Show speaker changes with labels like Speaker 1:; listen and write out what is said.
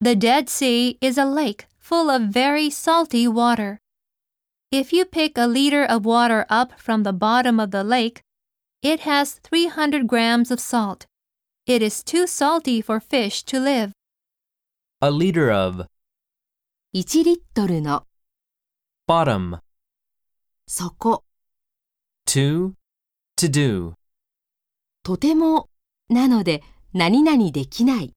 Speaker 1: The Dead Sea is a lake full of very salty water. If you pick a liter of water up from the bottom of the lake, it has 300 grams of salt. It is too salty for fish to live.
Speaker 2: A liter of
Speaker 3: 1リットルの
Speaker 2: bottom
Speaker 3: 底、
Speaker 2: to to do.
Speaker 3: とてもなので何々できない。